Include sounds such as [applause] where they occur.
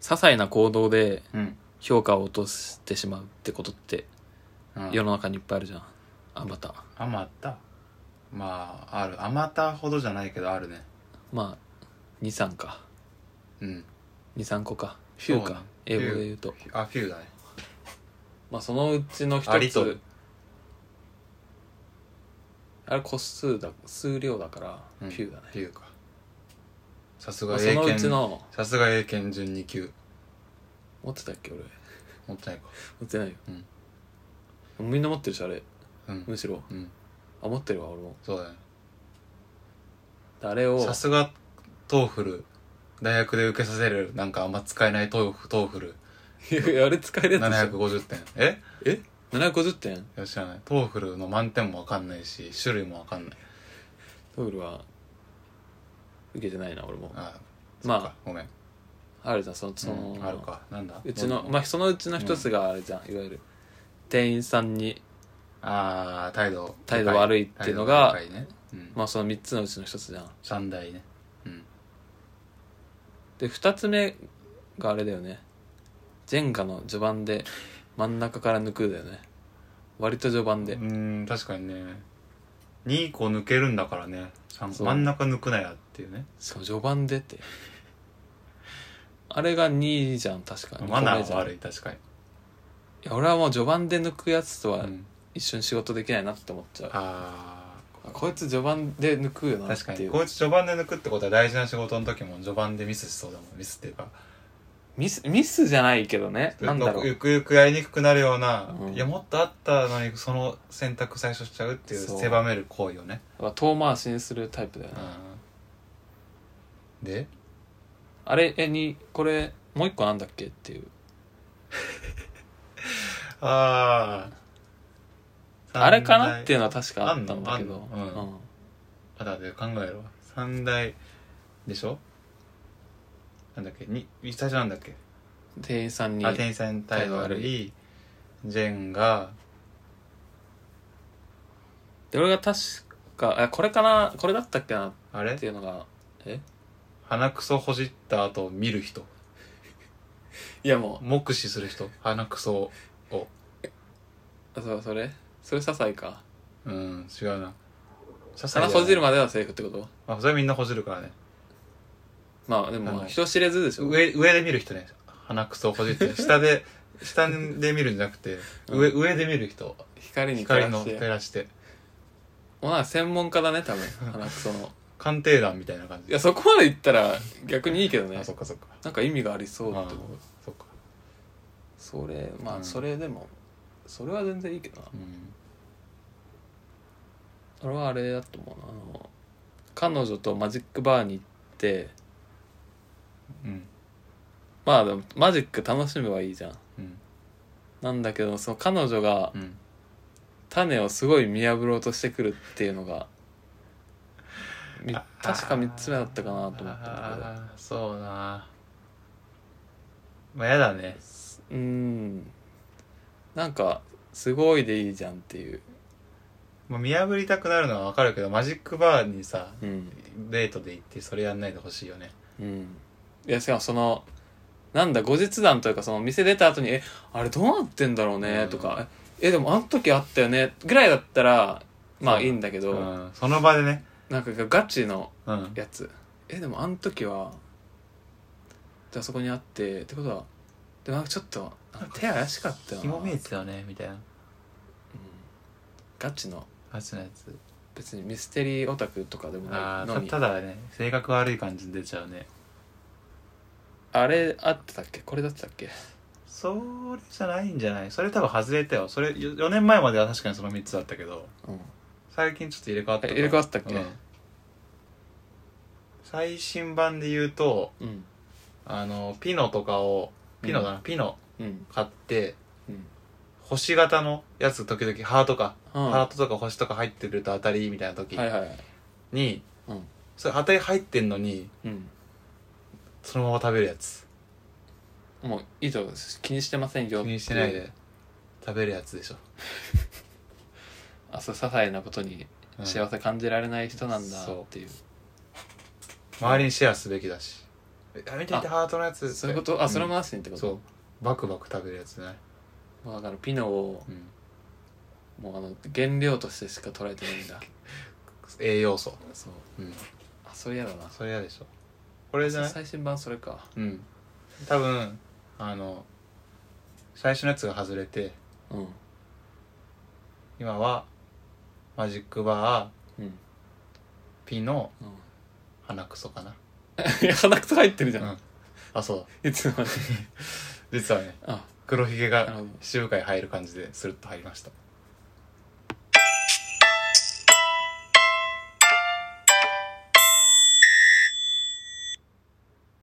些細な行動でうん、評価を落としてしまうってことってうん、世の中にいっぱいあるじゃん。あまた。あまたまああるあまたほどじゃないけどあるねまあ、2、3か。うん2、3個か。フューそうかね。英語で言うと。あフィルだねまあ、そのうちの一ありとつ。あれ個数だ、数量だから、フうんューだね。フィルかさすまがあそ英のうち検の、さすが英検準2級持ってたっけ俺。持持ってないかってないよ。みんな持ってるし、あれ。うんむしろ。うんあ、持ってるわ、俺も。そうだねであれを、さすがトーフル大学で受けさせるなんかあんま使えないトーフトーフルいやい [laughs] やあれ使えるやつでしょ。 750点ええ ?750 点いや知らないトーフルの満点もわかんないし種類もわかんないトーフルは受けてないな俺もあそっまかごめんああるじゃんそのその、うんあるかなんだうちのもまあそのうちの一つがあれじゃん、いわゆる店員さんにああ態度態度悪いっていうのが態度ねうんまあその3つのうちの一つじゃん三大ねうんで2つ目があれだよねジェンガの序盤で真ん中から抜くだよね割と序盤で、うん確かにね2個抜けるんだからね三そう真ん中抜くなやっていうねしかも序盤でってあれが2じゃん確かにマナーはじゃんい悪い確かにや俺はもう序盤で抜くやつとうはん一緒に仕事できないなって思っちゃう、ああこいつ序盤で抜くよあなっ確かていにうこいつ序盤で抜くってことは大事な仕事の時も序盤でミスしそうだもんミスっていうかミスミスじゃないけどねなんだろうゆくゆくやりにくくなるような、うんいやもっとあったのにその選択最初しちゃうっていうそう狭める行為をね、遠回しにするタイプだよね、うん、であれえにこれもう一個なんだっけっていうあああれかなっていうのは確かあったんだけどあんのあんのあだで考えろ三大でしょなんだっけに最初なんだっけうん店員さんにあ店員さんに態度悪いジェンがで俺が確かあこれかなこれだったっけなっあれていうのがえ鼻くそほじった後見る人いやも目視する人鼻くそをうあそうそれそれ些細かうん違うなさ鼻ほじるまではセーフってことあそれみんなほじるからねまあであもの人知れずでしょ上上で見る人ね鼻くそほじって下で下で見るんじゃなくて上上で見る人光に光照らしのて照らしてもうなんか専門家だね多分鼻くその鑑定団みたいな感いじやそこまで言ったら逆にいいけどねあそっかそっかなんか意味がありそうあってことそっかそれまうあんそれでも、それは全然いいけどなうん俺はあれだと思うなあの彼女とマジックバーに行ってうんまあでもマジック楽しめばいいじゃんうんなんだけどその彼女がうん種をすごい見破ろうとしてくるっていうのがみ確か3つ目だったかなと思ったんだあーそうなまあやだねけどうんなんかすごいでいいじゃんっていう、まあ見破りたくなるのはわかるけどマジックバーにさうんデートで行ってそれやんないでほしいよねうん、いやしかもそのなんだ後日談というかその店出た後に「えあれどうなってんだろうねう」んとか「えでもあの時あったよね」ぐらいだったらまそあういいんだけど、うんその場でねなんかガチのうんやつ「えでもあの時はじゃあそこにあってってことはでもなんかちょっとなんか手怪しかったよな紐」見えてたよねみたいなガチのあっちのやつ別にミステリーオタクとかでもなあいーのたにただね性格悪い感じ出ちゃうねあれあってたっけこれだってたっけそれじゃないんじゃないそれ多分外れたよそれよ4年前までは確かにその3つだったけどうん最近ちょっと入れ替わったえ入れ替わったっけうん最新版で言うとうんあのピノとかをピノだな、ピノうん買ってうん星型のやつ時々ハートか、ハーはトとか星とか入ってると当たりみたいな時いに、はいうんそれ当たり入ってんのにうんそのまま食べるやつもういいと気にしてませんよ気にしてないで食べるやつでしょ、あそう些細なことにうん幸せ感じられない人なんだそうっていう、周りにシェアすべきだしあ見て見てハートのやつそういうことあそれもあアースニンってこと、そうバクバク食べるやつねまあ、だからピノをうんもうあの原料としてしか捉えてないんだ栄養素そううんあそれ嫌だなそれ嫌でしょこれじゃない最新版それかうん多分あの最初のやつが外れてうん [laughs] 今はマジックバーうんピのうん鼻くそかな、いや鼻くそ入ってるじうゃん、ん、あそういつまで実はねあ黒ひげなるがほど渋海入る感じでスルッと入りました